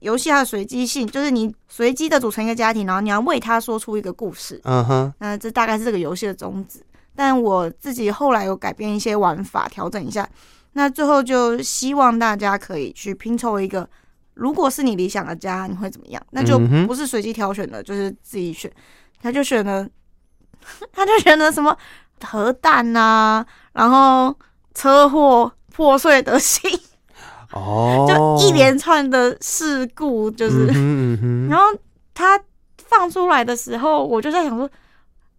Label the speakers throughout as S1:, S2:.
S1: 游戏它的随机性，就是你随机的组成一个家庭，然后你要为他说出一个故事。
S2: 嗯哼，
S1: 那这大概是这个游戏的宗旨。但我自己后来有改变一些玩法，调整一下。那最后就希望大家可以去拼凑一个，如果是你理想的家，你会怎么样？那就
S2: 嗯哼
S1: 不是随机挑选的，就是自己选。他就选了， 他就选了什么核弹呐、然后车祸、破碎的心，
S2: 哦，
S1: 就一连串的事故，就是。
S2: 嗯哼嗯哼
S1: 然后他放出来的时候，我就在想说：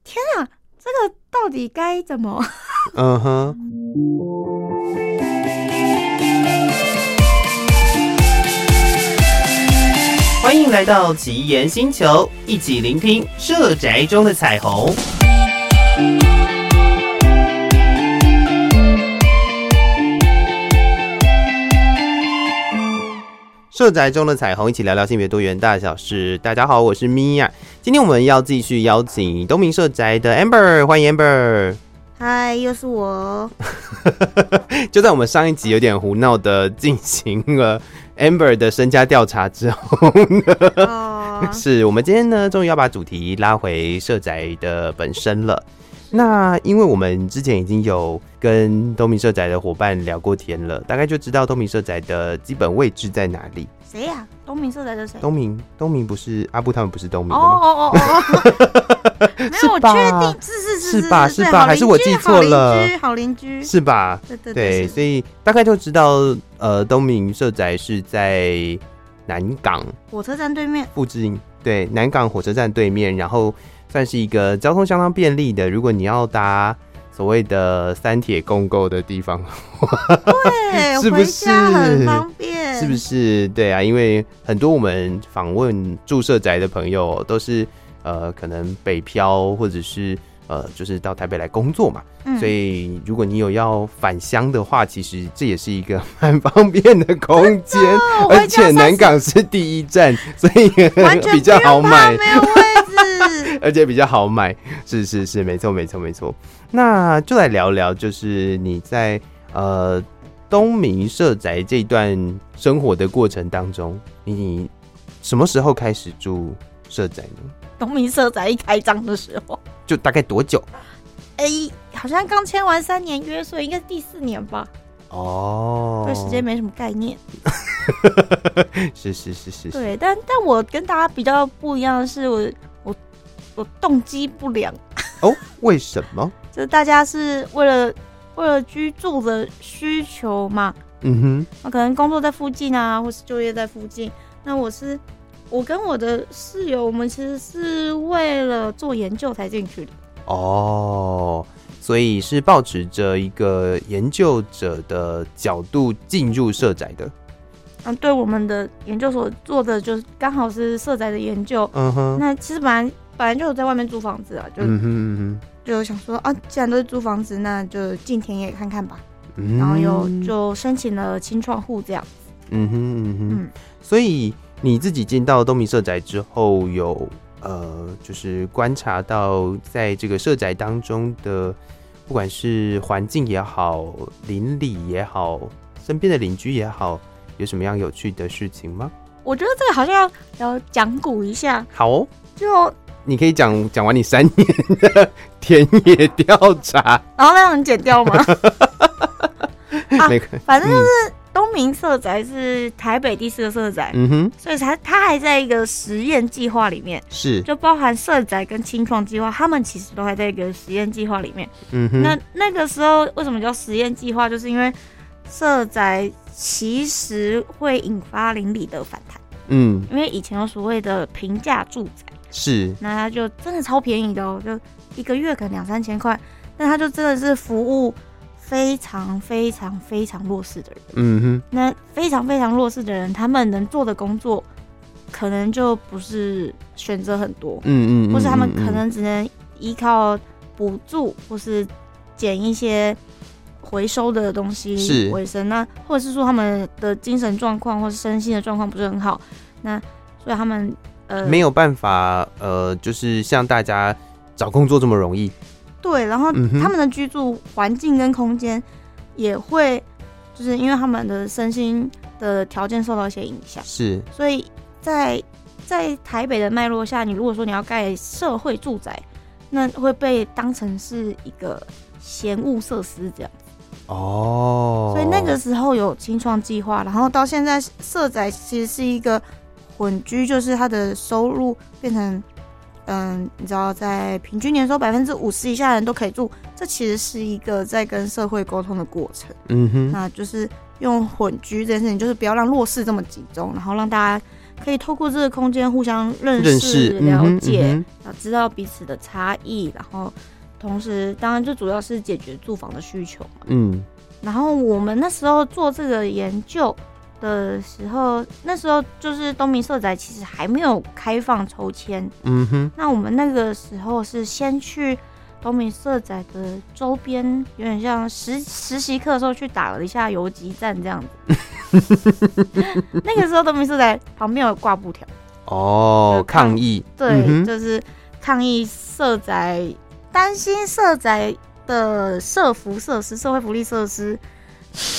S1: 天啊，这个到底该怎 么？
S2: 嗯哼，欢迎来到奇岩星球，一起聆听社宅中的彩虹。社宅中的彩虹，一起聊聊性别多元大小事。大家好，我是米娅，今天我们要继续邀请东明社宅的 Amber，欢迎 Amber。
S1: 嗨，又是我。
S2: 就在我们上一集有点胡闹的进行了 Amber 的身家调查之后，
S1: 哦
S2: 是我们今天呢，终于要把主题拉回社宅的本身了。那因为我们之前已经有跟东明社宅的伙伴聊过天了，大概就知道东明社宅的基本位置在哪里。
S1: 谁呀、东明社宅的谁？
S2: 东明，东明不是阿布他们不是东明
S1: 哦
S2: 的吗？
S1: 哦哦哦， 哦没
S2: 是
S1: 有，我
S2: 吧
S1: 确定是是是
S2: 是吧是吧还是我记错了
S1: 好邻居，好邻居，
S2: 是吧？
S1: 对对
S2: 对，
S1: 对，
S2: 所以大概就知道，呃，东明社宅是在南港
S1: 火车站对 面，
S2: 布置营对南港火车站对面，然后算是一个交通相当便利的。如果你要搭所谓的三铁共购的地方，
S1: 对，
S2: 是不
S1: 哎回家
S2: 是
S1: 很方便，
S2: 是不？是？对啊，因为很多我们访问住社宅的朋友都是呃，可能北漂或者是呃，就是到台北来工作嘛。
S1: 嗯
S2: 所以如果你有要返乡的话，其实这也是一个蛮方便的空 间，
S1: 哦，
S2: 而
S1: 回家
S2: 且南
S1: 算是
S2: 港是第一站，所以
S1: 完全
S2: 比较
S1: 不用
S2: 好
S1: 怕
S2: 买。
S1: 没有位 置。
S2: 而且比较好买。是是是，没错没错没错。那就来聊聊，就是你在呃东明社宅这段生活的过程当中，你什么时候开始住社宅呢？
S1: 东明社宅一开张的时候，
S2: 就大概多久？
S1: 哎、好像刚签完三年约，所以应该是第四年吧，
S2: 哦，
S1: 对时间没什么概念。
S2: 是是是是是，
S1: 对，但但我跟大家比较不一样的是我，我我动机不良，
S2: 哦，为什么？
S1: 就是大家是为了为了居住的需求嘛，
S2: 嗯哼，
S1: 那可能工作在附近啊，或是就业在附近。那我是我跟我的室友，我们其实是为了做研究才进去的。
S2: 哦，所以是保持着一个研究者的角度进入社宅的。
S1: 嗯，对，我们的研究所做的就是刚好是社宅的研究。
S2: 嗯哼，
S1: 那其实本来本来就有在外面租房子啊，就、
S2: 嗯哼嗯哼。
S1: 就想说啊，既然都是租房子，那就进田野看看吧。
S2: 嗯
S1: 然后又就申请了清创户这样。
S2: 嗯哼嗯哼，
S1: 嗯
S2: 所以你自己进到东明社宅之后有，呃，就是观察到在这个社宅当中的，不管是环境也好，邻里也好，身边的邻居也好，有什么样有趣的事情吗？
S1: 我觉得这个好像要讲古一下，
S2: 好哦、
S1: 就
S2: 你可以讲讲完你三年的田野调查，
S1: 然后让你剪掉 吗？啊
S2: 每个
S1: 反正就是东明社宅是台北第四个社宅，
S2: 嗯哼
S1: 所以才它还在一个实验计划里面，
S2: 是
S1: 就包含社宅跟清创计划，他们其实都还在一个实验计划里面。
S2: 嗯哼
S1: 那那个时候为什么叫实验计划？就是因为社宅其实会引发邻里的反弹，
S2: 嗯
S1: 因为以前有所谓的平价住宅。
S2: 是
S1: 那它就真的超便宜的哦，就一个月可能两三千块，但它就真的是服务非常非常非常弱势的人。
S2: 嗯哼
S1: 那非常非常弱势的人，他们能做的工作，可能就不是选择很多，
S2: 嗯嗯嗯，
S1: 或是他们
S2: 嗯
S1: 可能只能依靠补助或是捡一些回收的东
S2: 是
S1: 西为生。那或者是说他们的精神状况或是身心的状况不是很好，那所以他们呃
S2: 嗯没有办法，呃，就是像大家找工作这么容易。
S1: 对，然后
S2: 嗯哼
S1: 他们的居住环境跟空间也会，就是因为他们的身心的条件受到一些影响。
S2: 是
S1: 所以在在台北的脉络下，你如果说你要盖社会住宅，那会被当成是一个嫌恶设施这样。
S2: 哦，
S1: 所以那个时候有清创计划，然后到现在社宅其实是一个混居，就是它的收入变成，嗯，你知道，在平均年收百分之五十以下的人都可以住，这其实是一个在跟社会沟通的过程。
S2: 嗯哼，
S1: 那就是用混居这件事情，就是不要让弱势这么集中，然后让大家可以透过这个空间互相认识、
S2: 认识
S1: 了解，
S2: 嗯哼嗯
S1: 然后知道彼此的差异，然后同时当然最主要是解决住房的需求。
S2: 哼嗯
S1: 然后我们那时候做这个研究的时候，那时候就是东明社宅其实还没有开放抽签，
S2: 嗯哼，
S1: 那我们那个时候是先去东明社宅的周边，有点像实实习课的时候去打了一下游击战这样子。 那个时候东明社宅旁边有挂布条，
S2: 哦
S1: 就，抗
S2: 抗议，
S1: 对，
S2: 嗯哼
S1: 就是抗议社宅，担心社宅的社福设施、社会福利设施。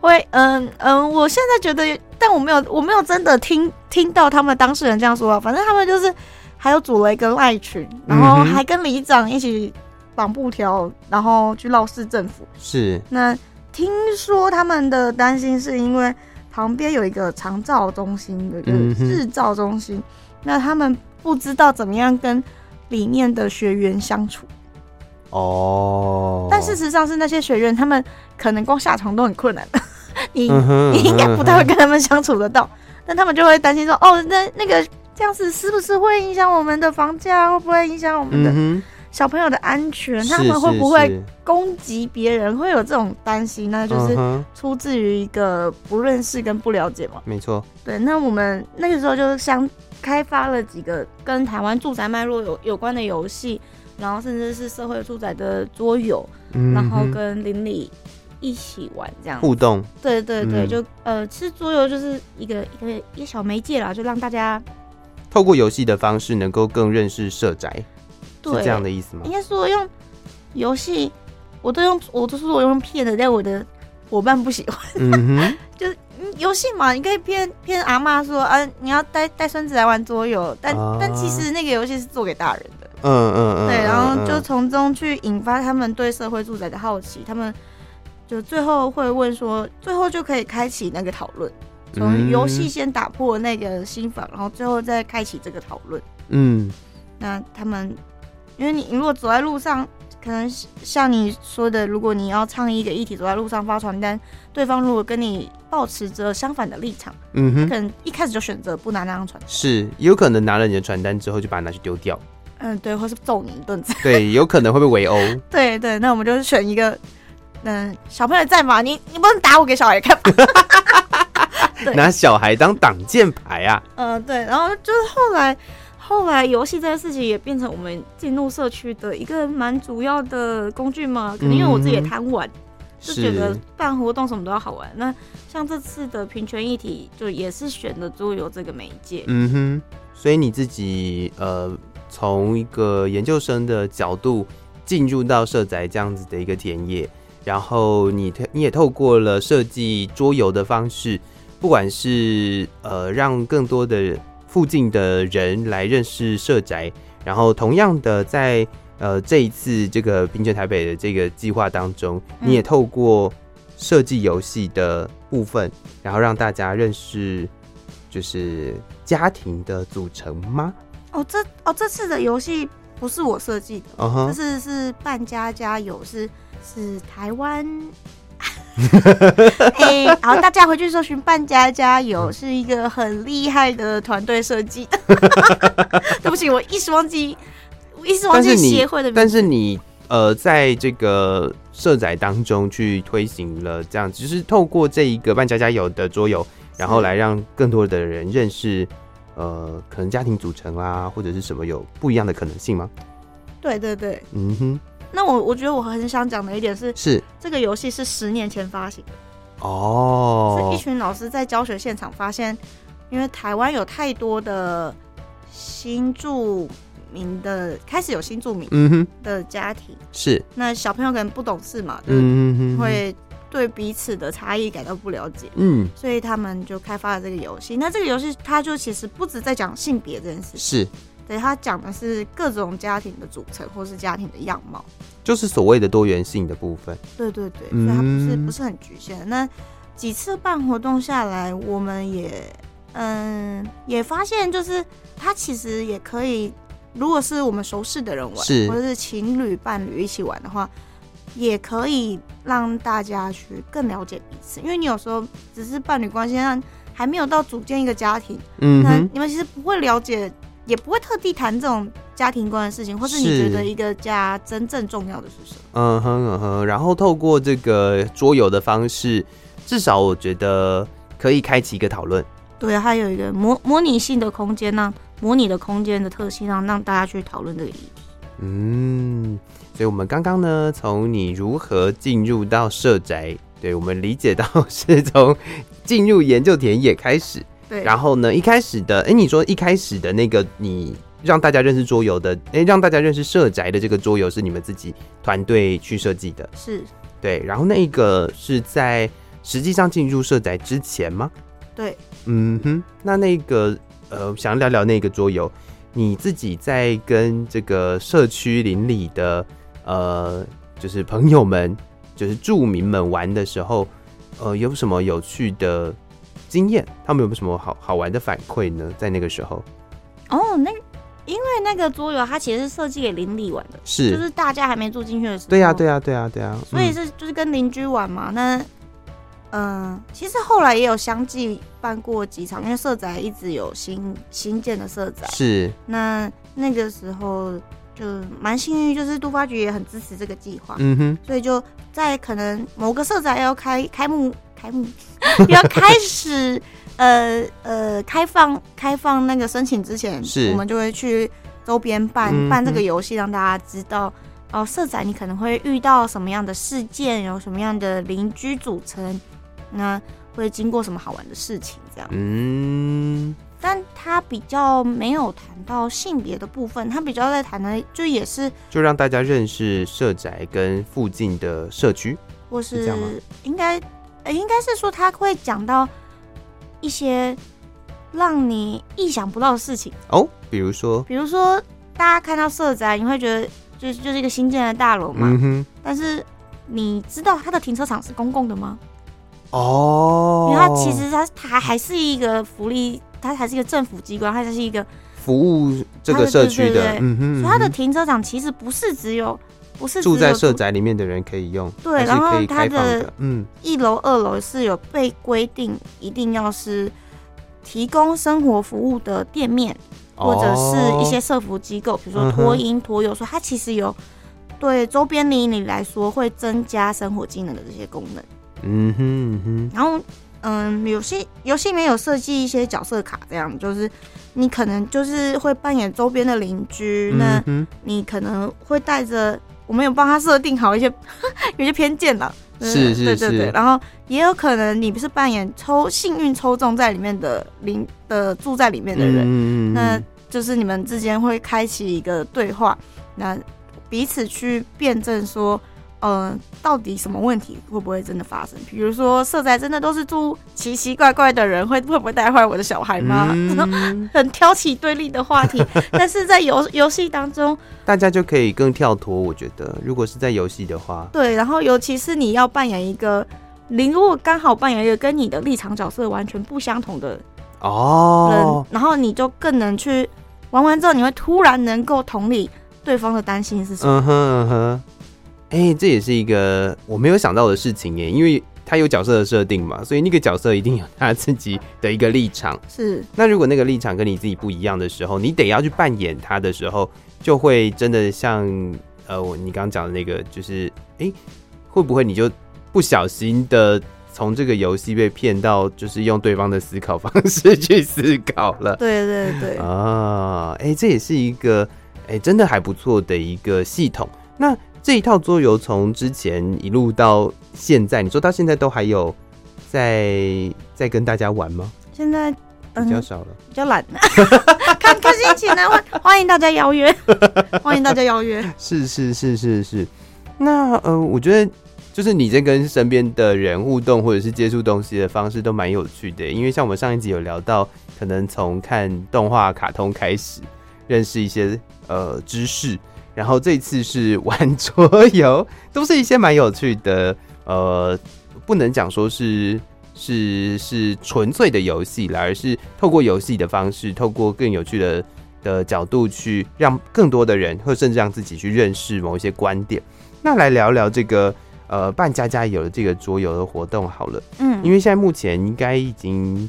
S1: 会，嗯嗯，我现在觉得，但我没有，我没有真的听听到他们当事人这样说啊。反正他们就是，还有组了一个赖群，然后
S2: 嗯哼
S1: 还跟里长一起绑布条，然后去闹市政府。
S2: 是
S1: 那听说他们的担心是因为旁边有一个长照中心，有一个
S2: 嗯哼
S1: 日照中心，那他们不知道怎么样跟里面的学员相处。
S2: 哦，
S1: 但事实上是那些学员，他们可能光下床都很困难， 你、
S2: 嗯哼，
S1: 你应该不太会
S2: 嗯
S1: 跟他们相处得到。但他们就会担心说，哦，那那个这样子是不是会影响我们的房价？会不会影响我们的
S2: 嗯哼，
S1: 小朋友的安全？
S2: 嗯哼，
S1: 他
S2: 是
S1: 们会
S2: 是
S1: 不会
S2: 是
S1: 攻击别人？会有这种担心，那就是
S2: 嗯哼
S1: 出自于一个不认识跟不了解嘛。
S2: 没错，
S1: 对，那我们那个时候就是相开发了几个跟台湾住宅脉络有有关的游戏，然后甚至是社会住宅的桌游，
S2: 嗯
S1: 然后
S2: 哼
S1: 跟邻里一起玩这样。
S2: 互动，
S1: 对对对，
S2: 嗯
S1: 就呃，其实桌游就是一个一个一个小媒介啦，就让大家
S2: 透过游戏的方式能够更认识社宅，是
S1: 对
S2: 这样的意思吗
S1: 应？该说用游戏，我都用我都是我用骗的，但我的伙伴不喜欢。
S2: 嗯 哼，
S1: 就是嗯游戏嘛，你可以骗骗阿妈说，啊，你要带带孙子来玩桌游，但、
S2: 啊
S1: 但其实那个游戏是做给大人的，
S2: 嗯嗯嗯，
S1: 对，然后就
S2: 嗯
S1: 从中去引发他们对社会住宅的好奇，他们就最后会问说，最后就可以开启那个讨论，从游戏先打破那个心房，然后最后再开启这个讨论。
S2: 嗯
S1: 那他们，因为你你如果走在路上，可能是像你说的，如果你要倡议一个议题，走在路上发传单，对方如果跟你保持着相反的立场，
S2: 嗯
S1: 他
S2: 哼。
S1: 可能一开始就选择不拿那张传单，
S2: 是，也有可能拿了你的传单之后就把它拿去丢掉，
S1: 嗯，对，或是揍你一顿。
S2: 对，有可能会被围殴。
S1: 对对，那我们就是选一个，嗯，小朋友在嘛，你你不能打我给小孩看吧。 对
S2: 拿小孩当挡箭牌啊！
S1: 嗯，对，然后就是后来。后来游戏这件事情也变成我们进入社区的一个蛮主要的工具嘛，可能因为我自己也
S2: 嗯
S1: 贪玩，就觉得
S2: 是，
S1: 办活动什么都要好玩。那像这次的平权议题，就也是选的桌游这个媒介。
S2: 嗯哼，所以你自己呃，从一个研究生的角度进入到社宅这样子的一个田野，然后你特你也透过了设计桌游的方式，不管是呃让更多的附近的人来认识社宅，然后同样的在呃这一次这个平权台北的这个计划当中，
S1: 嗯
S2: 你也透过设计游戏的部分，然后让大家认识就是家庭的组成吗？
S1: 哦，这哦这次的游戏不是我设计的，
S2: 嗯
S1: 这
S2: 哼，
S1: 次是扮家家有，是是台 湾。哎、好，大家回去搜寻“扮家家
S2: 嗯
S1: 有”，是一个很厉害的团队设 计。对不起，我一时忘记，我一时忘
S2: 但
S1: 记
S2: 是
S1: 协
S2: 你
S1: 会的名字。
S2: 但是你呃，在这个社宅当中去推行了这样，就是透过这一个万家家有的桌游，然后来让更多的人认识。呃，可能家庭组成啊，或者是什么有不一样的可能性吗？
S1: 对对对，
S2: 嗯哼，
S1: 那我我觉得我很想讲的一点是，
S2: 是
S1: 这个游戏是十年前发行的。是
S2: 哦
S1: 一，群老师在教学现场发现，因为台湾有太多的新住民的开始有新住民
S2: 嗯哼，
S1: 的家庭，
S2: 是，
S1: 那小朋友可能不懂事嘛，就是
S2: 嗯哼哼哼，
S1: 会对彼此的差异感到不了解，
S2: 嗯，
S1: 所以他们就开发了这个游戏。那这个游戏它就其实不止在讲性别这件事情，
S2: 是，
S1: 对，它讲的是各种家庭的组成或是家庭的样貌。
S2: 就是所谓的多元性的部分。
S1: 对对对，所
S2: 嗯
S1: 以它不是不是很局限。那几次办活动下来，我们也嗯也发现，就是它其实也可以，如果是我们熟识的人玩，
S2: 是
S1: 或者是情侣伴侣一起玩的话，也可以让大家去更了解彼此。因为你有时候只是伴侣关系，但还没有到组建一个家庭，
S2: 嗯
S1: 那
S2: 哼，
S1: 你们其实不会了解，也不会特地谈这种家庭观的事情，或是你
S2: 是
S1: 觉得一个家真正重要的是什么？
S2: 嗯哼嗯哼，然后透过这个桌游的方式，至少我觉得可以开启一个讨论。
S1: 对，它有一个模模拟性的空间，让模拟的空间的特性，让让大家去讨论这个议题。
S2: 嗯，所以我们刚刚呢，从你如何进入到社宅，对我们理解到是从进入研究田野开始。
S1: 对，
S2: 然后呢，一开始的，哎，你说一开始的那个你让大家认识桌游的，哎，让大家认识社宅的这个桌游是你们自己团队去设计的，
S1: 是
S2: 对。然后那个是在实际上进入社宅之前吗？
S1: 对，
S2: 嗯哼，那那个呃，想聊聊那个桌游，你自己在跟这个社区邻里的呃，就是朋友们，就是住民们玩的时候，呃，有什么有趣的经验？他们有没有什么好好玩的反馈呢？在那个时候，
S1: 哦，那因为那个桌游它其实是设计给邻里玩的，
S2: 是，
S1: 就是大家还没住进去的时候，
S2: 对呀、啊对呀、对呀、对呀、
S1: 所以
S2: 嗯
S1: 是就是跟邻居玩嘛。那嗯、呃其实后来也有相继办过几场，因为社宅一直有新新建的社宅，
S2: 是
S1: 那那个时候就蛮幸运，就是都发局也很支持这个计划，
S2: 嗯哼，
S1: 所以就在可能某个社宅要开开幕 开 幕要开始呃呃开放开放那个申请之前，
S2: 是
S1: 我们就会去周边办、
S2: 嗯哼
S1: 办这个游戏，让大家知道。哦，社宅你可能会遇到什么样的事件，有什么样的邻居组成，那会经过什么好玩的事情，这样。
S2: 嗯，
S1: 但他比较没有谈到性别的部分，他比较在谈的就也是
S2: 就让大家认识社宅跟附近的社区，
S1: 或
S2: 是这
S1: 是
S2: 样吗
S1: 应该呃应该是说他会讲到一些让你意想不到的事情，
S2: 哦，比如说，
S1: 比如说大家看到社宅，你会觉得就就是一个新建的大楼嘛，
S2: 嗯哼，
S1: 但是你知道它的停车场是公共的吗？
S2: 哦，
S1: 因为它其实它它还是一个福利，它还是一个政府机关，它还是一个
S2: 服务这个社区
S1: 对对
S2: 的
S1: 对，
S2: 嗯哼，
S1: 所以它的
S2: 嗯
S1: 停车场其实不是只有不是
S2: 哼住
S1: 只
S2: 在
S1: 有
S2: 社宅里面的人可以用，
S1: 对
S2: 还是
S1: 然后
S2: 可以开
S1: 它
S2: 放
S1: 的
S2: 的，嗯，
S1: 一楼、二楼是有被规定一定要是提供生活服务的店面，或者是一些
S2: 哦
S1: 社服机构，比如
S2: 嗯
S1: 说
S2: 哼
S1: 托婴、托幼，所以它其实有对周边邻里来说会增加生活技能的这些功能。
S2: 嗯哼嗯
S1: 然后，嗯，有些游戏里面有设计一些角色卡，这样就是你可能就是会扮演周边的邻居，
S2: 哼，
S1: 那
S2: 嗯
S1: 你可能会带着，我们有帮他设定好一些 有些偏见啦，对
S2: 是是
S1: 对对
S2: 是
S1: 对。然后也有可能你不是扮演抽幸运抽中在里面的邻的住在里面
S2: 哼
S1: 的人，
S2: 嗯嗯
S1: 那
S2: 嗯
S1: 就是你们之间会开启一个对话，那彼此去辩证说。呃，到底什么问题会不会真的发生？比如说，社宅真的都是住奇奇怪怪的人，会会不会带坏我的小孩吗？
S2: 嗯
S1: 很挑起对立的话题，但是在游游戏当中，
S2: 大家就可以更跳脱，我觉得，如果是在游戏的话，
S1: 对，然后尤其是你要扮演一个，你如果刚好扮演一个跟你的立场角色完全不相同的人，
S2: 哦，
S1: 然后你就更能去玩完之后，你会突然能够同理对方的担心是什么。
S2: 嗯哼嗯哼，哎、这也是一个我没有想到的事情耶，因为他有角色的设定嘛，所以那个角色一定有他自己的一个立场。
S1: 是
S2: 那如果那个立场跟你自己不一样的时候，你得要去扮演他的时候，就会真的像呃，我你刚刚讲的那个，就是诶，会不会你就不小心的从这个游戏被骗到，就是用对方的思考方式去思考了
S1: 对对对，
S2: 啊？诶，这也是一个诶，真的还不错的一个系统。那这一套桌游从之前一路到现在，你说到现在都还有在在跟大家玩吗？
S1: 现在嗯
S2: 比较少了。
S1: 比较懒， 看看心情啊来欢欢迎大家邀 约，欢迎大家邀约。
S2: 是是是是是。那呃，我觉得就是你在跟身边的人互动或者是接触东西的方式都蛮有趣的，因为像我们上一集有聊到，可能从看动画、卡通开始认识一些呃知识，然后这次是玩桌游，都是一些蛮有趣的，呃，不能讲说是是是纯粹的游戏啦，而是透过游戏的方式，透过更有趣的的角度去让更多的人，或甚至让自己去认识某一些观点。那来聊聊这个呃办家家有的这个桌游的活动好了，
S1: 嗯，
S2: 因为现在目前应该已经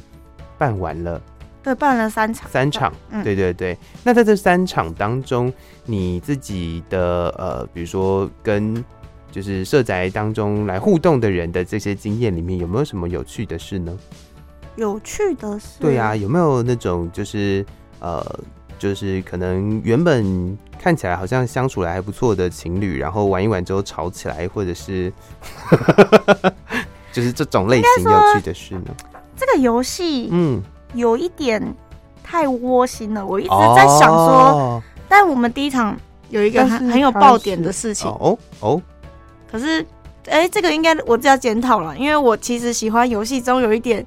S2: 办完了
S1: 对，办了三场，
S2: 三场，
S1: 嗯
S2: 对对对。那在这三场当中，你自己的呃，比如说跟就是社宅当中来互动的人的这些经验里面，有没有什么有趣的事呢？
S1: 有趣的是，
S2: 对啊，，有没有那种就是呃，就是可能原本看起来好像相处的还不错的情侣，然后玩一玩之后吵起来，或者是 就是这种类型有趣的事呢？
S1: 这个游戏
S2: 嗯，
S1: 有一点太窝心了，我一直在想说，
S2: 哦
S1: 但我们第一场有一个
S2: 但是
S1: 很很有
S2: 它
S1: 爆
S2: 是
S1: 点的事情，
S2: 哦哦，
S1: 可是，哎、这个应该我就要检讨了，因为我其实喜欢游戏中有一点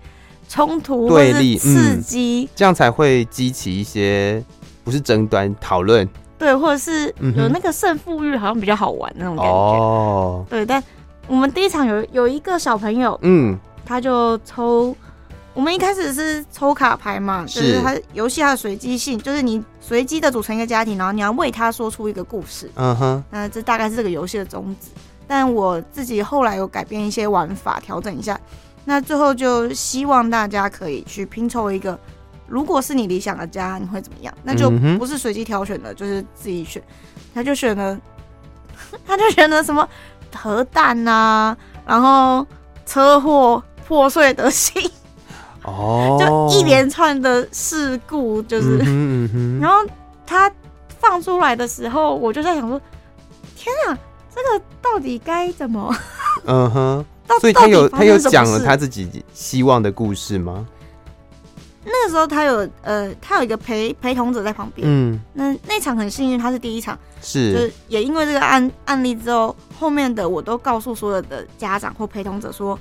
S1: 冲突或
S2: 对
S1: 是
S2: 立
S1: 刺
S2: 嗯
S1: 激，
S2: 这样才会激起一些不是争端讨论
S1: 对，或者是
S2: 嗯哼
S1: 有那个胜负欲，好像比较好玩那种感觉。
S2: 哦，
S1: 对，但我们第一场有有一个小朋友，
S2: 嗯
S1: 他就抽。我们一开始是抽卡牌嘛，就是是它游戏它的随机性，就是你随机的组成一个家庭，然后你要为他说出一个故事。
S2: 嗯哼，
S1: 那这大概是这个游戏的宗旨。但我自己后来有改变一些玩法，调整一下。那最后就希望大家可以去拼凑一个，如果是你理想的家，你会怎么样？那就
S2: 嗯哼
S1: 不是随机挑选的，就是自己选。他就选了，他就选了什么核弹呐、然后车祸、破碎的心，
S2: 哦，
S1: 就一连串的事故，就是、
S2: 嗯哼嗯哼
S1: 然后他放出来的时候，我就在想说，天啊，这个到底该怎么？
S2: 嗯哼。
S1: 到
S2: 所以
S1: 到
S2: 他
S1: 底
S2: 有
S1: 发
S2: 他
S1: 生
S2: 有
S1: 什么
S2: 讲了
S1: 事
S2: 他自己希望的故事吗？
S1: 那个时候他有呃，他有一个陪陪同者在旁边。
S2: 嗯，
S1: 那那场很幸运，他是第一场，就是是也因为这个案案例之后，后面的我都告诉所有的家长或陪同者说，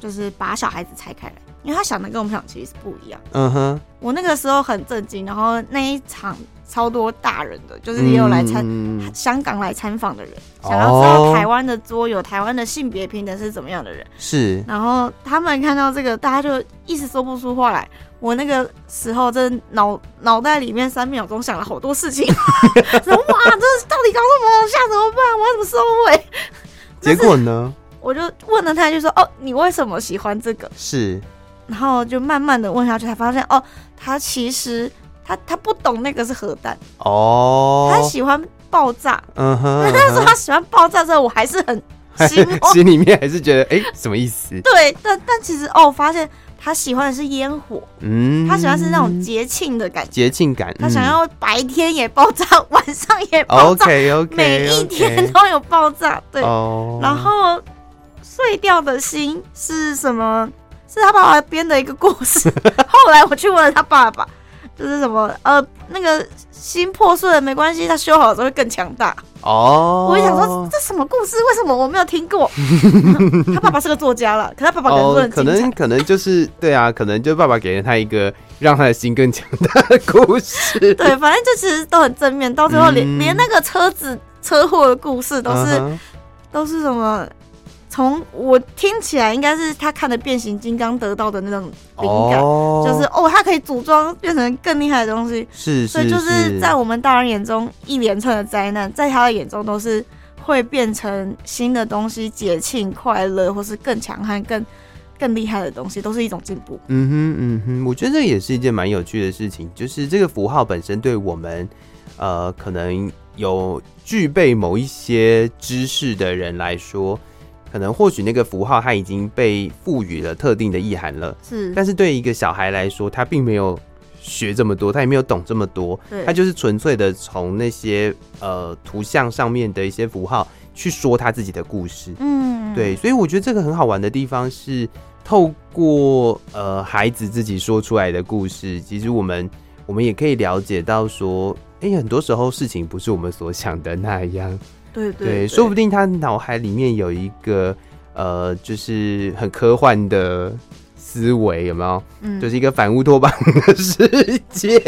S1: 就是把小孩子拆开来，因为他想的跟我们想的其实是不一样。
S2: 嗯哼，
S1: 我那个时候很震惊，然后那一场超多大人的，就是也有来参
S2: 嗯
S1: 香港来参访的人，
S2: 哦
S1: 想要知道台湾的桌游、台湾的性别平等是怎么样的人。
S2: 是
S1: 然后他们看到这个，大家就一时说不出话来。我那个时候真的脑脑袋里面三秒钟想了好多事 情，然后哇，这到底搞什么？下怎么办？我要怎么收尾？
S2: 结果呢？
S1: 我就问了他一句说：“哦，你为什么喜欢这个
S2: 是？”
S1: 然后就慢慢的问下去，才发现哦，他其实他他不懂那个是核弹，他
S2: 哦，
S1: 喜欢爆炸。
S2: 嗯哼，
S1: 那时候 他喜欢爆炸之后，我还是很
S2: 嗯
S1: 心
S2: 哼
S1: 哦，
S2: 心里面还是觉得哎，什么意思？
S1: 对，但但其实哦，我发现他喜欢的是烟火，
S2: 嗯，
S1: 他喜欢是那种节庆的感觉，
S2: 节庆感，嗯
S1: 他想要白天也爆炸， 晚上也爆炸
S2: OK 哦 OK，
S1: 每一天都有爆炸。对，
S2: 哦，
S1: 然后碎掉的心是什么？是他爸爸编的一个故 事。后来我去问了他爸爸，就是什么呃，那个心破碎了没关系，他修好了之后会更强大。
S2: 哦，
S1: 我就想说，这什么故事？为什么我没有听 过？他爸爸是个作家了，可他爸爸可能
S2: 哦，
S1: 很
S2: 可
S1: 精彩
S2: 能。可能就是对啊，可能就爸爸给了他一个让他的心更强大的故事，
S1: 对，反正这其实都很正面，到最后连、
S2: 嗯
S1: 连那个车子车祸的故事都是、
S2: 嗯哼
S1: 都是什么？从我听起来应该是他看的变形金刚得到的那种灵感，
S2: 哦
S1: 就是哦，他可以组装变成更厉害的东西。
S2: 是，
S1: 所以就是在我们大人眼中一连串的灾难，在他的眼中都是会变成新的东西、节庆、快乐，或是更强悍、更更厉害的东西，都是一种进步。
S2: 嗯哼，嗯哼，我觉得这也是一件蛮有趣的事情，就是这个符号本身对我们，呃，可能有具备某一些知识的人来说，可能或许那个符号它已经被赋予了特定的意涵了，
S1: 是，
S2: 但是对一个小孩来说，他并没有学这么多，他也没有懂这么多，
S1: 对，
S2: 他就是纯粹的从那些呃图像上面的一些符号去说他自己的故事。
S1: 嗯，
S2: 对，所以我觉得这个很好玩的地方是，透过呃孩子自己说出来的故事，其实我们我们也可以了解到说，哎、很多时候事情不是我们所想的那样，
S1: 对
S2: 对，说不定他脑海里面有一个呃，就是很科幻的思维，有没有？
S1: 嗯
S2: 就是一个反乌托邦的世界，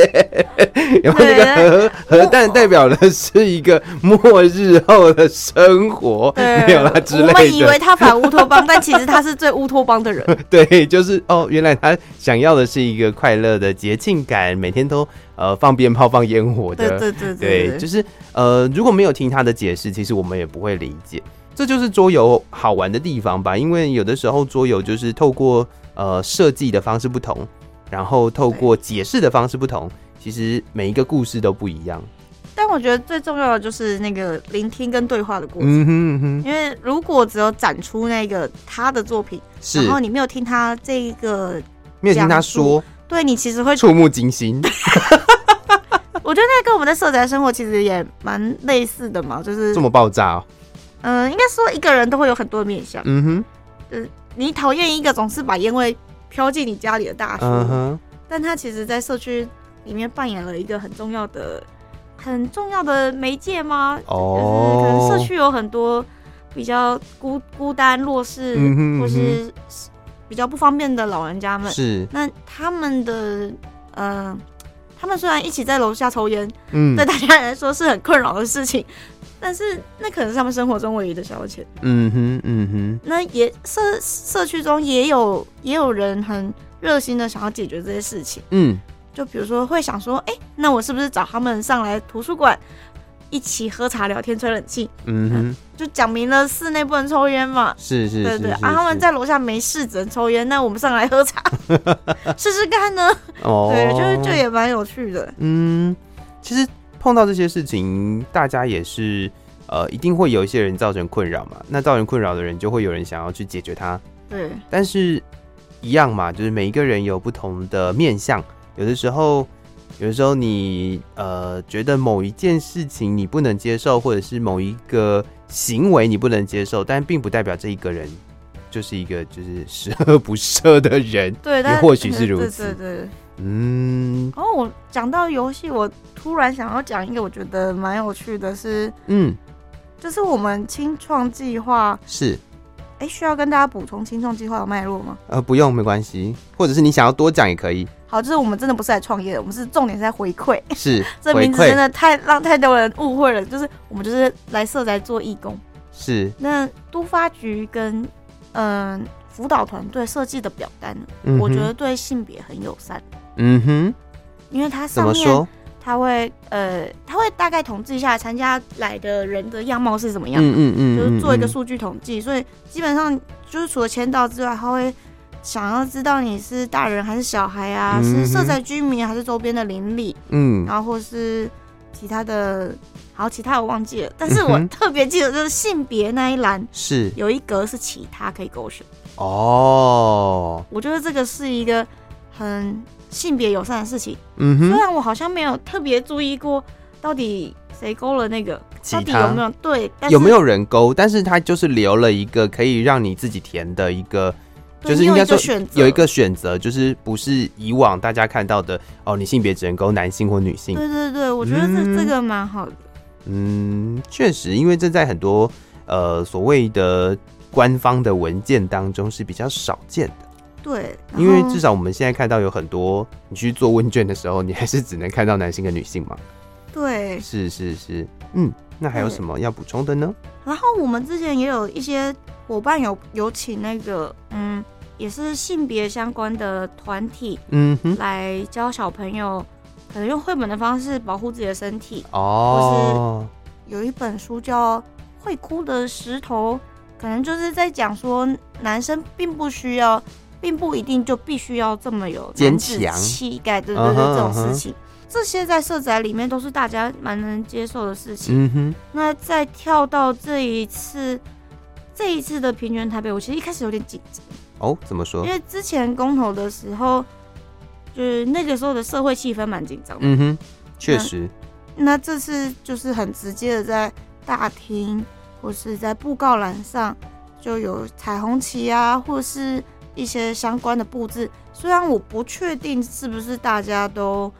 S2: 有没有？
S1: 对
S2: 那个核核弹
S1: 我
S2: 代表的是一个末日后的生活，
S1: 对
S2: 没有啦之
S1: 嗯我
S2: 类
S1: 们以为
S2: 的。
S1: 他反乌托邦，但其实他是最乌托邦的人。
S2: 对，就是哦，原来他想要的是一个快乐的节庆感，每天都呃放鞭炮、放烟火的
S1: 对对对
S2: 对，
S1: 对，
S2: 就是呃，如果没有听他的解释，其实我们也不会理解。这就是桌游好玩的地方吧，因为有的时候桌游就是透过呃设计的方式不同，然后透过解释的方式不同，其实每一个故事都不一样。
S1: 但我觉得最重要的就是那个聆听跟对话的过程。
S2: 嗯哼嗯哼，
S1: 因为如果只有展出那个他的作品，然
S2: 是
S1: 后你没有听他这一个，
S2: 没有听他
S1: 讲述
S2: 说，
S1: 对你其实会，
S2: 触目惊心。
S1: 我觉得那跟我们的社宅生活其实也蛮类似的嘛，就是
S2: 这么爆炸、哦，
S1: 嗯、应该说一个人都会有很多面相。
S2: 嗯
S1: 你讨厌一个总是把烟味飘进你家里的大
S2: 哼，
S1: 叔，
S2: 嗯哼，
S1: 但他其实在社区里面扮演了一个很重要的、很重要的媒介吗？就是可能
S2: 哦，
S1: 社区有很多比较孤孤单、弱势，
S2: 嗯哼嗯哼
S1: 或是比较不方便的老人家们。
S2: 是，
S1: 那他们的呃，他们虽然一起在楼下抽烟，
S2: 嗯
S1: 对大家来说是很困扰的事情，但是那可能是他们生活中唯一的消遣。
S2: 嗯哼，嗯哼，
S1: 那也社社区中也有也有人很热心的想要解决这些事情。
S2: 嗯，
S1: 就比如说会想说，哎、那我是不是找他们上来图书馆一起喝茶、聊天、吹冷气？
S2: 嗯哼，
S1: 就讲明了室内不能抽烟嘛。
S2: 是是是
S1: 对
S2: 是
S1: 对对
S2: 是
S1: 啊，他们在楼下没事只能抽烟，那我们上来喝 茶试试看呢。
S2: 哦，
S1: 对，就是这也蛮有趣的。
S2: 嗯，其实碰到这些事情，大家也是呃，一定会有一些人造成困扰嘛。那造成困扰的人，就会有人想要去解决它。
S1: 对，
S2: 但是一样嘛，就是每一个人有不同的面相，有的时候。有的时候你呃觉得某一件事情你不能接受，或者是某一个行为你不能接受，但并不代表这一个人就是一个就是十恶不赦的人。
S1: 对，但
S2: 或许是如
S1: 对
S2: 此
S1: 对对。
S2: 嗯
S1: 然后我讲到游戏，我突然想要讲一个我觉得蛮有趣的是，
S2: 嗯，
S1: 就是我们清创计划。
S2: 是。
S1: 哎，需要跟大家补充清创计划的脉络吗？
S2: 呃，不用，没关系，或者是你想要多讲也可以，
S1: 好，就是我们真的不是来创业的，我们是重点是在回馈。
S2: 是
S1: 这
S2: 回
S1: 名字真
S2: 馈，
S1: 的太让太多人误会了，就是我们就是来社宅做义工。
S2: 是，
S1: 那都发局跟嗯、辅导团队设计的表单，
S2: 嗯哼
S1: 我觉得，对性别很友善，
S2: 嗯哼，
S1: 因为它
S2: 怎
S1: 上
S2: 么
S1: 面
S2: 说？
S1: 它会呃，它会大概统计一下参加来的人的样貌是怎么样，
S2: 嗯嗯嗯，
S1: 就是
S2: 嗯
S1: 做一个
S2: 嗯
S1: 数据统计，所以基本上就是除了签到之外，他会想要知道你是大人还是小孩啊，是社
S2: 嗯哼
S1: 宅居民还是周边的邻里，
S2: 嗯，
S1: 然后或是其他的，好，其他我忘记了，但是我
S2: 嗯哼
S1: 特别记得就是性别那一栏
S2: 是
S1: 有一格是其他可以勾选，
S2: 哦，
S1: 我觉得这个是一个很性别友善的事情，
S2: 嗯
S1: 虽
S2: 哼，
S1: 然我好像没有特别注意过到底谁勾了那个，
S2: 其
S1: 到底
S2: 他
S1: 有没有对，但是
S2: 有没有人勾？但是他就是留了一个可以让你自己填的一个，
S1: 对
S2: 就是
S1: 你
S2: 应
S1: 有
S2: 该
S1: 一个
S2: 说
S1: 选择
S2: 有一个选择，就是不是以往大家看到的哦，你性别只能勾男性或女性。
S1: 对对对，我觉得这、
S2: 嗯
S1: 这个蛮好的，
S2: 嗯，确实，因为这在很多呃所谓的官方的文件当中是比较少见的。
S1: 对，然
S2: 因为
S1: 后
S2: 至少我们现在看到有很多，你去做问卷的时候，你还是只能看到男性跟女性嘛。
S1: 对，
S2: 是是是，嗯，那还有什么要补充的呢？
S1: 然后我们之前也有一些伙伴有有请那个嗯，也是性别相关的团体
S2: 嗯哼，
S1: 来教小朋友，可能用绘本的方式保护自己的身体。
S2: 哦，
S1: 有一本书叫《会哭的石头》，可能就是在讲说男生并不需要，并不一定就必须要这么有
S2: 坚
S1: 男子
S2: 强
S1: 气概，对对对，
S2: 嗯哼
S1: 这种
S2: 嗯哼
S1: 事情。这些在社宅里面都是大家蛮能接受的事情，
S2: 嗯哼，
S1: 那再跳到这一次，这一次的平原台北，我其实一开始有点紧张，
S2: 哦，怎么说
S1: 因？为之前公投的时候，就是那个时候的社会气氛蛮紧张的。
S2: 嗯哼，确实，
S1: 那这次就是很直接的在大厅或是在布告栏上就有彩虹旗啊，或是一些相关的布置。虽然我不确定是不是大家都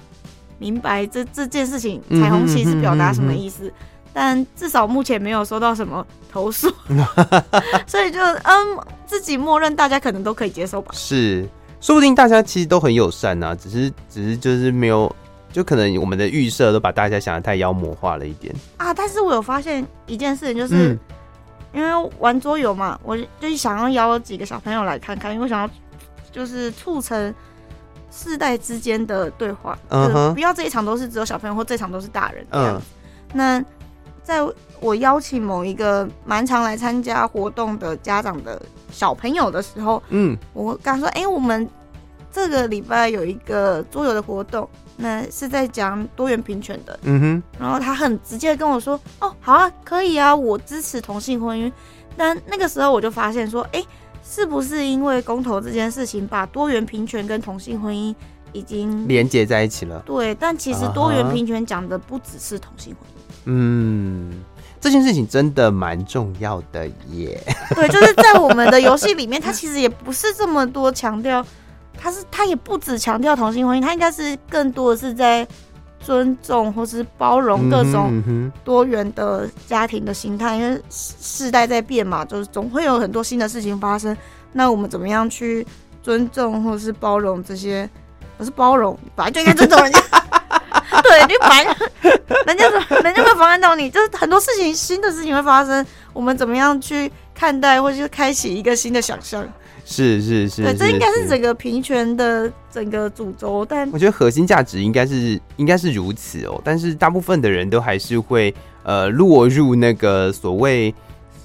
S1: 明白这这件事情
S2: 嗯哼
S1: 彩虹旗是表达什么意思，嗯但至少目前没有收到什么投诉， 所以就嗯，自己默认大家可能都可以接受吧。
S2: 是，说不定大家其实都很友善呐、只是只是就是没有，就可能我们的预设都把大家想的太妖魔化了一点。
S1: 啊，但是我有发现一件事情，就是、
S2: 嗯
S1: 因为玩桌游嘛，我就是想要邀几个小朋友来看看，因为我想要就是促成世代之间的对话，
S2: 嗯哼嗯
S1: 就是不要这一场都是只有小朋友，或这一场都是大人这样。那在我邀请某一个蛮常来参加活动的家长的小朋友的时候，
S2: 嗯，
S1: 我刚说，哎、我们这个礼拜有一个桌游的活动，那是在讲多元平权的。
S2: 嗯
S1: 然后他很直接地跟我说：“哦，好啊，可以啊，我支持同性婚姻。”但那个时候我就发现说：“哎，是不是因为公投这件事情，把多元平权跟同性婚姻已
S2: 哼，
S1: 经
S2: 连接在一起了。
S1: 对？但其实
S2: 啊哈
S1: 多元平权讲的不只是同性 婚姻，
S2: 嗯，这件事情真的蛮重要的耶。
S1: 对，就是在我们的游戏里面，它其实也不是这么多强调，它是它也不只强调同性婚姻，它应该是更多的是在尊重或是包容各种
S2: 嗯哼
S1: 多元的家庭的心态，因为世世代在变嘛，就是总会有很多新的事情发生。那我们怎么样去尊重或是包容这些？不是包容，本来就应该尊重人家。 对，你本来人家怎么人家会妨碍到你，就是很多事情新的事情会发生，我们怎么样去看待，或者是开启一个新的想象？
S2: 哼是是是，
S1: 对，这应该是
S2: 这。
S1: 整个平权的整个主轴，但
S2: 我觉得核心价值应该是应该是如此哦，但是大部分的人都还是会呃落入那个所谓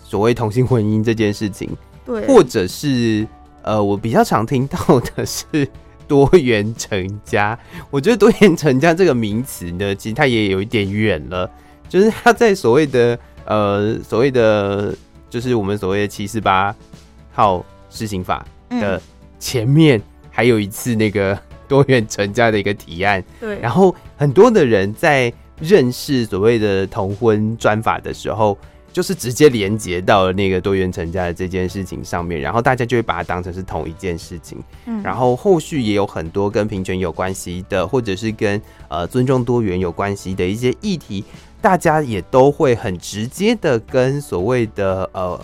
S2: 所谓同性婚姻这件事情，
S1: 对，
S2: 或者是呃，我比较常听到的是多元成家。 我觉得多元成家这个名词呢，其实它也有一点远了，就是它在所谓的呃所谓的就是我们所谓的七四八号施行法的
S1: 嗯，
S2: 前面，还有一次那个 多元成家的一个提案。
S1: 对，
S2: 然后很多的人在认识所谓的同婚专法的时候，就是直接连接到了那个多元成家的这件事情上面，然后大家就会把它当成是同一件事情。
S1: 嗯
S2: 然后后续也有很多跟平权有关系的，或者是跟呃尊重多元有关系的一些议题，大家也都会很直接的跟所谓的呃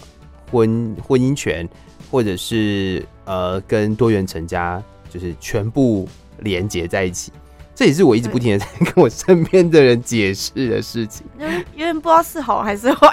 S2: 婚婚姻权，或者是呃跟多元成家，就是全部连结在一起。这也是我一直不停的在跟我身边的人解释的事情。
S1: 就是有点不知道是好还是坏。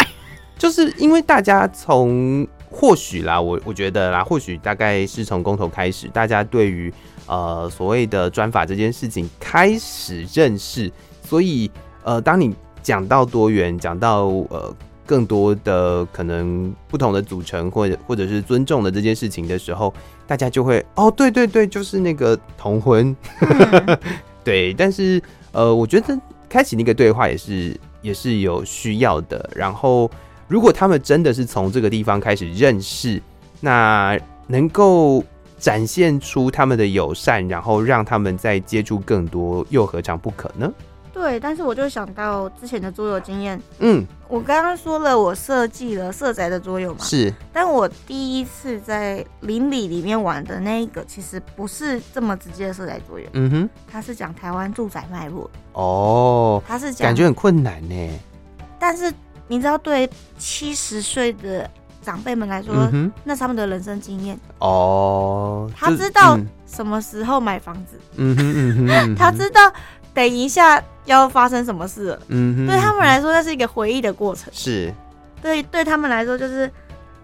S2: 就是因为大家从或许啦，我我觉得啦，或许大概是从公投开始，大家对于呃所谓的专法这件事情开始认识，所以呃，当你讲到多元，讲到呃更多的可能不同的组成或者或者是尊重的这件事情的时候，大家就会哦，对对对，就是那个同婚，
S1: 嗯
S2: 对，但是呃，我觉得开启那个对话也是也是有需要的。然后，如果他们真的是从这个地方开始认识，那能够展现出他们的友善，然后让他们再接触更多，又何尝不可呢？
S1: 对，但是我就想到之前的桌游经验，
S2: 嗯，
S1: 我刚刚说了，我设计了色宅的桌游嘛，
S2: 是，
S1: 但我第一次在邻里里面玩的那一个，其实不是这么直接的色宅桌游，
S2: 嗯哼，
S1: 它是讲台湾住宅脉络，
S2: 哦，
S1: 它是讲
S2: 感觉，很困难呢。
S1: 但是你知道，对七十岁的长辈们来说，
S2: 嗯哼，
S1: 那是他们的人生经验，
S2: 哦，
S1: 他
S2: 就
S1: 知道
S2: 嗯
S1: 什么时候买房子，
S2: 嗯哼嗯哼，嗯哼
S1: 他，知道等一下要发生什么事了，
S2: 嗯哼，
S1: 对他们来说，那是一个回忆的过程。
S2: 是，
S1: 对对他们来说就是，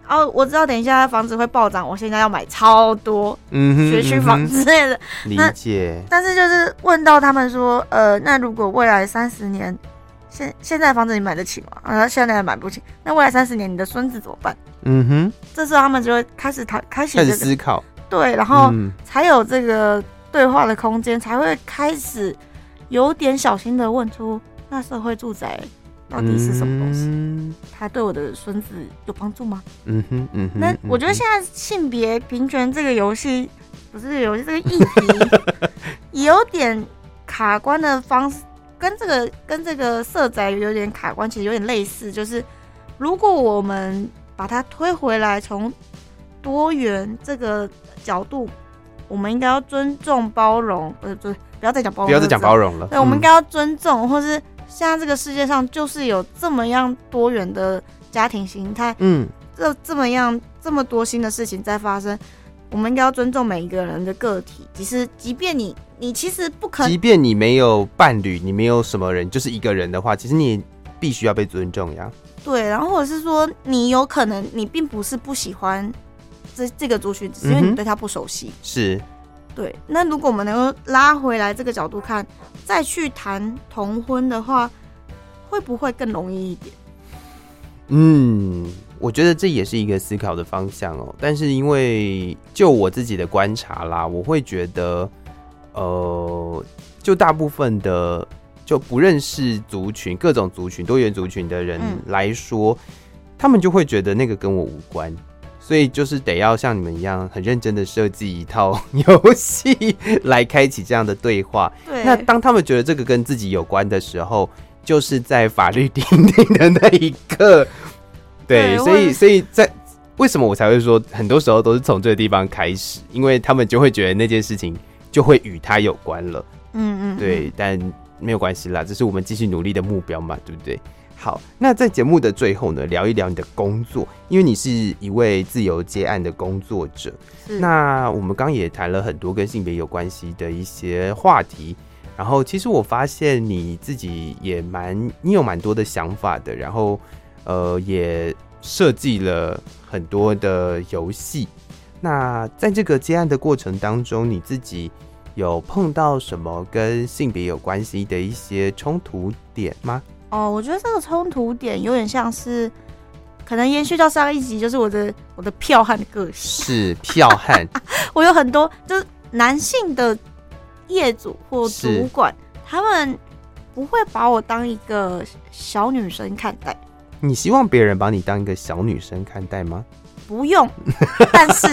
S1: 哦，我知道等一下房子会暴涨，我现在要买超多
S2: 嗯哼，
S1: 学区
S2: 嗯
S1: 房
S2: 哼
S1: 之类的。
S2: 理
S1: 那
S2: 解，
S1: 但是就是问到他们说，呃，那如果未来三十年，现现在房子你买得起吗？啊，现在买不起，那未来三十年你的孙子怎么办？
S2: 嗯哼，
S1: 这时候他们就会开始谈，开始
S2: 开始
S1: 这个
S2: 思考，
S1: 对，然后
S2: 嗯
S1: 才有这个对话的空间，才会开始有点小心的问出那社会住宅到底是什么东西，
S2: 嗯
S1: 它对我的孙子有帮助吗？
S2: 嗯哼嗯哼。
S1: 那我觉得现在性别平权这个游戏，不是游戏这个议题， 有点卡关的方式，跟这个跟这个色宅有点卡关，其实有点类似。就是如果我们把它推回来，从多元这个角度，我们应该要尊重包容，呃，不是不要再讲包容，
S2: 不要再讲包容了。嗯
S1: 对，我们应该要尊重，或是现在这个世界上就是有这么样多元的家庭形态，
S2: 嗯，
S1: 这这么样这么多新的事情在发生，我们应该要尊重每一个人的个体。其实，即便你你其实不可
S2: 即便你没有伴侣，你没有什么人，就是一个人的话，其实你也必须要被尊重呀。
S1: 对，然后或者是说你有可能你并不是不喜欢这这个族群，只是因
S2: 嗯
S1: 为
S2: 哼
S1: 你对他不熟悉。
S2: 是，
S1: 对，那如果我们能够拉回来这个角度看，再去谈同婚的话，会不会更容易一点？
S2: 嗯，我觉得这也是一个思考的方向哦。但是因为就我自己的观察啦，我会觉得，呃，就大部分的就不认识族群、各种族群、多元族群的人
S1: 嗯
S2: 来说，他们就会觉得那个跟我无关。所以就是得要像你们一样，很认真的设计一套 游戏来开启这样的对话。
S1: 对，
S2: 那当他们觉得这个跟自己有关的时候，就是在法律定定的那一 刻，
S1: 对
S2: 对，所
S1: 或者
S2: 以
S1: 是
S2: 所以在为什么我才会说，很多时候都是从这个地方开始，因为他们就会觉得那件事情就会与他有关了，
S1: 嗯嗯，嗯
S2: 对，但没有关系啦，这是我们继续努力的目标嘛，对不对？好，那在节目的最后呢，聊一聊你的工作，因为你是一位自由接案的工作者，
S1: 是
S2: 那我们刚也谈了很多跟性别有关系的一些话题，然后其实我发现你自己也蛮，你有蛮多的想法的，然后呃也设计了很多的游戏。那在这个接案的过程当中，你自己有碰到什么跟性别有关系的一些冲突点吗？
S1: 哦，我觉得这个冲突点有点像是，可能延续到上一集，就是我的我的剽悍的个性，
S2: 是票悍，
S1: 我有很多就是男性的业主或
S2: 是
S1: 主管，他们不会把我当一个小女生看待，
S2: 你希望别人把你当一个小女生看待吗？
S1: 不用，但是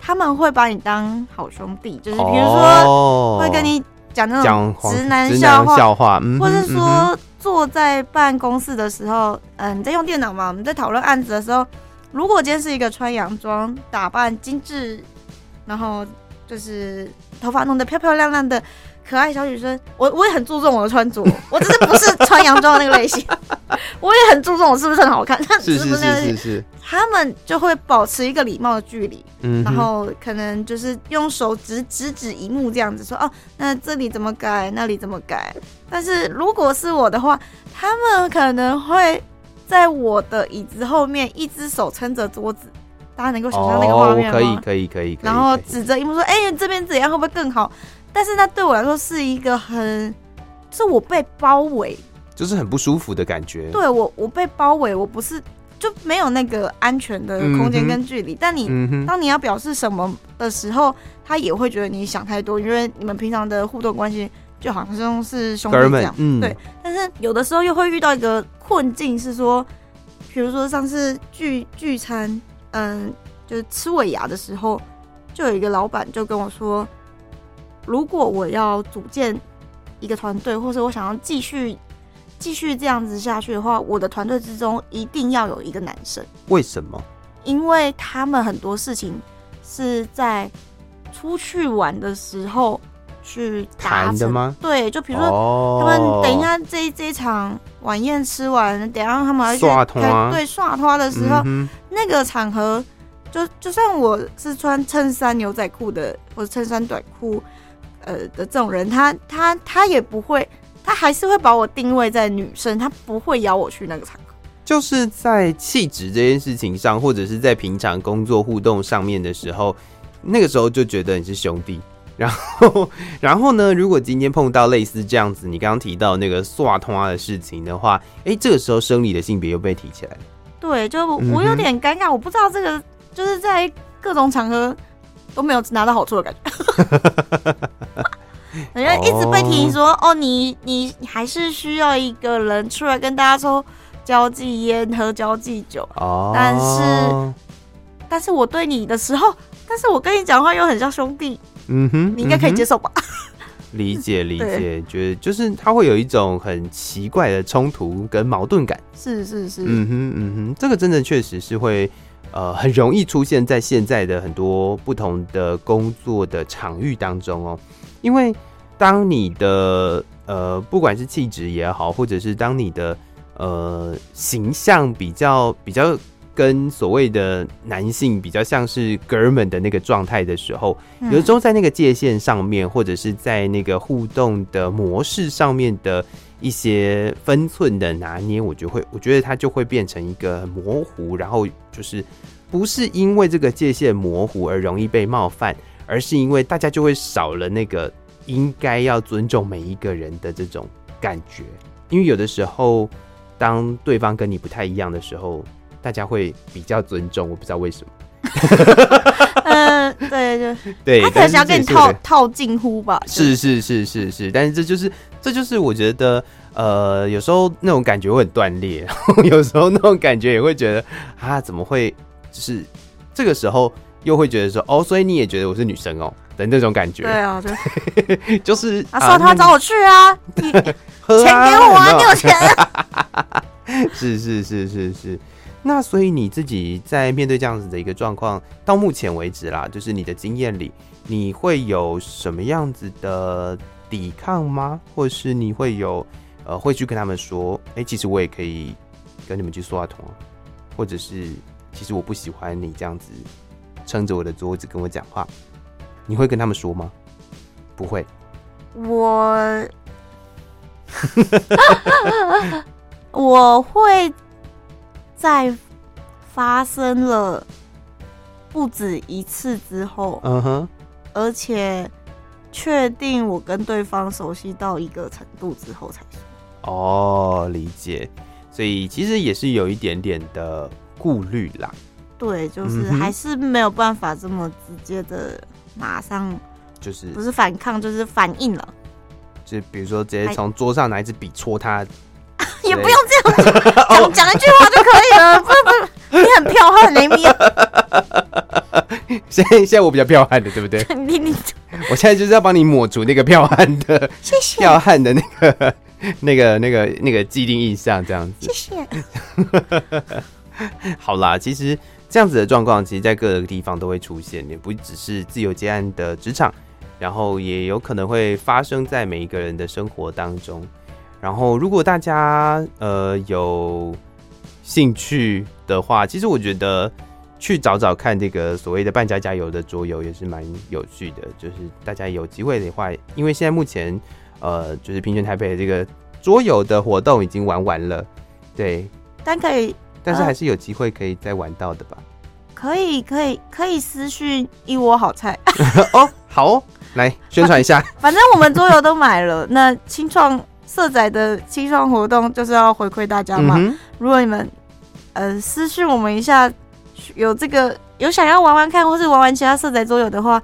S1: 他们会把你当好兄弟，就是呃比如说
S2: 说
S1: 会跟你讲那种
S2: 哦讲黄
S1: 直男
S2: 直
S1: 笑
S2: 男
S1: 话
S2: 笑话，嗯哼，
S1: 或是
S2: 嗯哼
S1: 说坐在办公室的时候，嗯，你在用电脑嘛？我们在讨论案子的时候，如果今天是一个穿洋装、打扮精致，然后就是头发弄得漂漂亮亮的可爱小女生，我我也很注重我的穿 着，我只是不是穿洋装的那个类型，我也很注重我是不是很好看，但
S2: 是
S1: 不是
S2: 是
S1: 那个类
S2: 是
S1: 型
S2: 是是，
S1: 他们就会保持一个礼貌的距离，
S2: 嗯哼，
S1: 然后可能就是用手指指指一幕这样子说哦，那这里怎么改，那里怎么改。但是如果是我的话，他们可能会在我的椅子后面，一只手撑着桌子，大家能够想象那个画
S2: 哦
S1: 面吗？
S2: 可以可以可以，可以
S1: 然后
S2: 可以
S1: 指着一幕说：“哎、这边怎样会不会更好？”但是那对我来说是一个很，是我被包围，
S2: 就是很不舒服的感觉，
S1: 对我我被包围，我不是就没有那个安全的空
S2: 嗯
S1: 间
S2: 哼
S1: 跟距离。但你
S2: 嗯哼，
S1: 当你要表示什么的时候，他也会觉得你想太多，因为你们平常的互动关系就好像是兄弟
S2: 哥
S1: 这
S2: 们
S1: 样，。
S2: 嗯，
S1: 对，但是有的时候又会遇到一个困境，是说，比如说上次聚聚餐，嗯，就是吃尾牙的时候，就有一个老板就跟我说，如果我要组建一个团队，或是我想要继续继续这样子下去的话，我的团队之中一定要有一个男生。
S2: 为什么？
S1: 因为他们很多事情是在出去玩的时候去达
S2: 谈
S1: 成
S2: 的？吗？
S1: 对，就比如说
S2: 哦，
S1: 他们等一下这一这一场晚宴吃完，等一下他们要去
S2: 刷拖
S1: 开对刷拖的时候，
S2: 嗯
S1: 那个场合，就就算我是穿衬衫牛仔裤的，或者衬衫短裤，呃的这种人，他他他也不会，他还是会把我定位在女生，他不会邀我去那个场合。
S2: 哼，就是在气质这件事情上，或者是在平常工作互动上面的时候，那个时候就觉得你是兄弟。然后，然后呢？如果今天碰到类似这样子，你刚刚提到那个刷通啊的事情的话，哎，这个时候生理的性别又被提起来了。
S1: 对，就我
S2: 嗯哼
S1: 我有点尴尬，我不知道这个就是在各种场合都没有拿到好处的感觉。 人家一直被提说，哦，你你还是需要一个人出来跟大家说交际烟、喝交际酒。
S2: 哦，
S1: 但是但是我对你的时候，但是我跟你讲话又很像兄弟，
S2: 嗯哼，
S1: 你应该可以接受吧？
S2: 嗯哼理解理解，觉得就是他会有一种很奇怪的冲突跟矛盾感。
S1: 是是是，
S2: 嗯哼嗯哼，这个真的确实是会呃很容易出现在现在的很多不同的工作的场域当中哦，因为当你的呃，不管是气质也好，或者是当你的呃形象比较比较跟所谓的男性比较像是哥们的那个状态的时候，有的时候在那个界限上面，或者是在那个互动的模式上面的一些分寸的拿捏，我就会，我觉得它就会变成一个很模糊，然后就是不是因为这个界限模糊而容易被冒犯，而是因为大家就会少了那个应该要尊重每一个人的这种感觉，因为有的时候当对方跟你不太一样的时候，大家会比较尊重，我不知道为什么。
S1: 嗯，对，就
S2: 对，
S1: 他可
S2: 哎但
S1: 能
S2: 是
S1: 想要
S2: 这
S1: 跟
S2: 也
S1: 你
S2: 是我
S1: 套
S2: 的
S1: 套近乎吧？就是
S2: 是是是是，但是这就是这就是我觉得呃，有时候那种感觉会很断裂， 然后有时候那种感觉也会觉得啊，怎么会就是这个时候又会觉得说哦，所以你也觉得我是女生哦的那种感
S1: 对
S2: 觉，
S1: 啊，就
S2: 就是
S1: 啊，说他找我去啊，你钱给
S2: 喝
S1: 我啊，
S2: 有
S1: 你
S2: 没有
S1: 有钱啊，
S2: 是是是是是。那所以你自己在面对这样子的一个状况，到目前为止啦，就是你的经验里，你会有什么样子的抵抗吗？或是你会有呃，会去跟他们说，哎、其实我也可以跟你们去说话筒啊，或者是其实我不喜欢你这样子撑着我的桌子跟我讲话，你会跟他们说吗？不会，
S1: 我我会在发生了不止一次之后，
S2: 嗯哼，
S1: 而且确定我跟对方熟悉到一个程度之后才说。
S2: 哦，理解。所以其实也是有一点点的顾虑啦。
S1: 对，就是
S2: 嗯哼
S1: 还是没有办法这么直接的马上，
S2: 就是
S1: 不是反抗就是反应了，
S2: 就是比如说直接从桌上拿一支笔戳他，
S1: 也不用这样子讲讲一句话就可以了。不不，你很彪悍，你你
S2: 现在现在我比较彪悍的，对 不对？
S1: 你你，
S2: 我现在就是要帮你抹除那个彪悍的
S1: 谢谢
S2: 彪悍的那个那个那个那个既定印象，这样
S1: 谢
S2: 子。
S1: 谢。
S2: 好啦，其实这样子的状况，其实在各个地方都会出现，也不只是自由接案的职场，然后也有可能会发生在每一个人的生活当中。然后，如果大家呃有兴趣的话，其实我觉得去找找看这个所谓的半家家游的桌游也是蛮有趣的。就是大家有机会的话，因为现在目前呃就是平泉台北这个桌游的活动已经玩完了，对，
S1: 但可以
S2: 但是
S1: 啊
S2: 还是有机会可以再玩到的吧。
S1: 可以可以可以私讯一窝好菜，
S2: 哦，好哦，来宣传一下。
S1: 反正我们桌游都买了。那清创社宅的清创活动就是要回馈大家
S2: 嗯
S1: 嘛。
S2: 哼，
S1: 如果你们呃私讯我们一下，有这个有想要玩玩看，或是玩玩其他色彩桌游的话，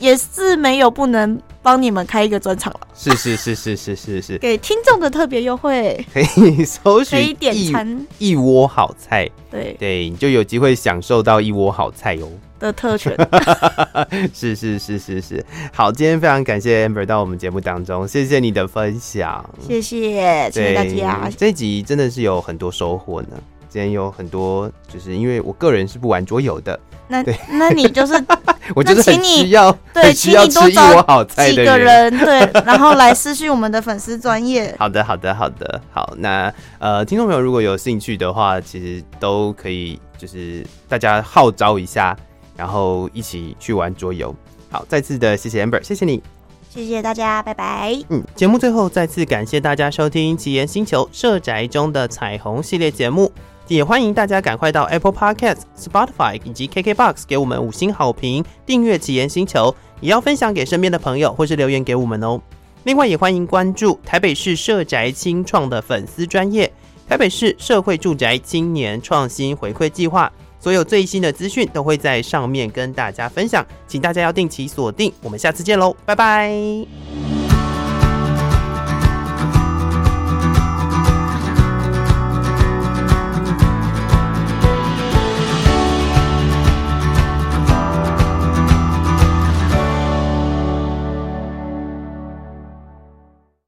S1: 也是没有不能帮你们开一个专场了，
S2: 是是是是是是是，
S1: 给听众的特别优惠，
S2: 可以搜
S1: 可
S2: 寻
S1: 以点
S2: 一
S1: 餐
S2: 一窝好菜，
S1: 对
S2: 对，你就有机会享受到一窝好菜哦。
S1: 的特权。
S2: 是是是是是，好，今天非常感谢 Amber 到我们节目当中，谢谢你的分享，
S1: 谢谢，谢谢大家。
S2: 这一集真的是有很多收获呢。今天有很多，就是因为我个人是不玩桌游的，
S1: 那那你就是
S2: 我就是
S1: 请
S2: 很
S1: 你
S2: 需要，
S1: 对
S2: 很需要
S1: 请你多
S2: 吃一窝
S1: 找
S2: 好菜
S1: 几
S2: 的
S1: 个人对，然后来私讯我们的粉丝专业。
S2: 好的，好的，好的，好。那呃，听众朋友如果有兴趣的话，其实都可以，就是大家号召一下，然后一起去玩桌游。好，再次的谢谢 Amber，谢谢你。
S1: 谢谢大家，拜拜。
S2: 嗯，节目最后再次感谢大家收听《奇岩星球社宅中的彩虹》系列节目，也欢迎大家赶快到 Apple Podcast、Spotify 以及 KKBox 给我们五星好评，订阅《奇岩星球》，也要分享给身边的朋友或是留言给我们哦。另外，也欢迎关注台北市社宅青创的粉丝专业台北市社会住宅青年创新回馈计划。所有最新的资讯都会在上面跟大家分享，请大家要定期锁定。我们下次见喽，拜拜。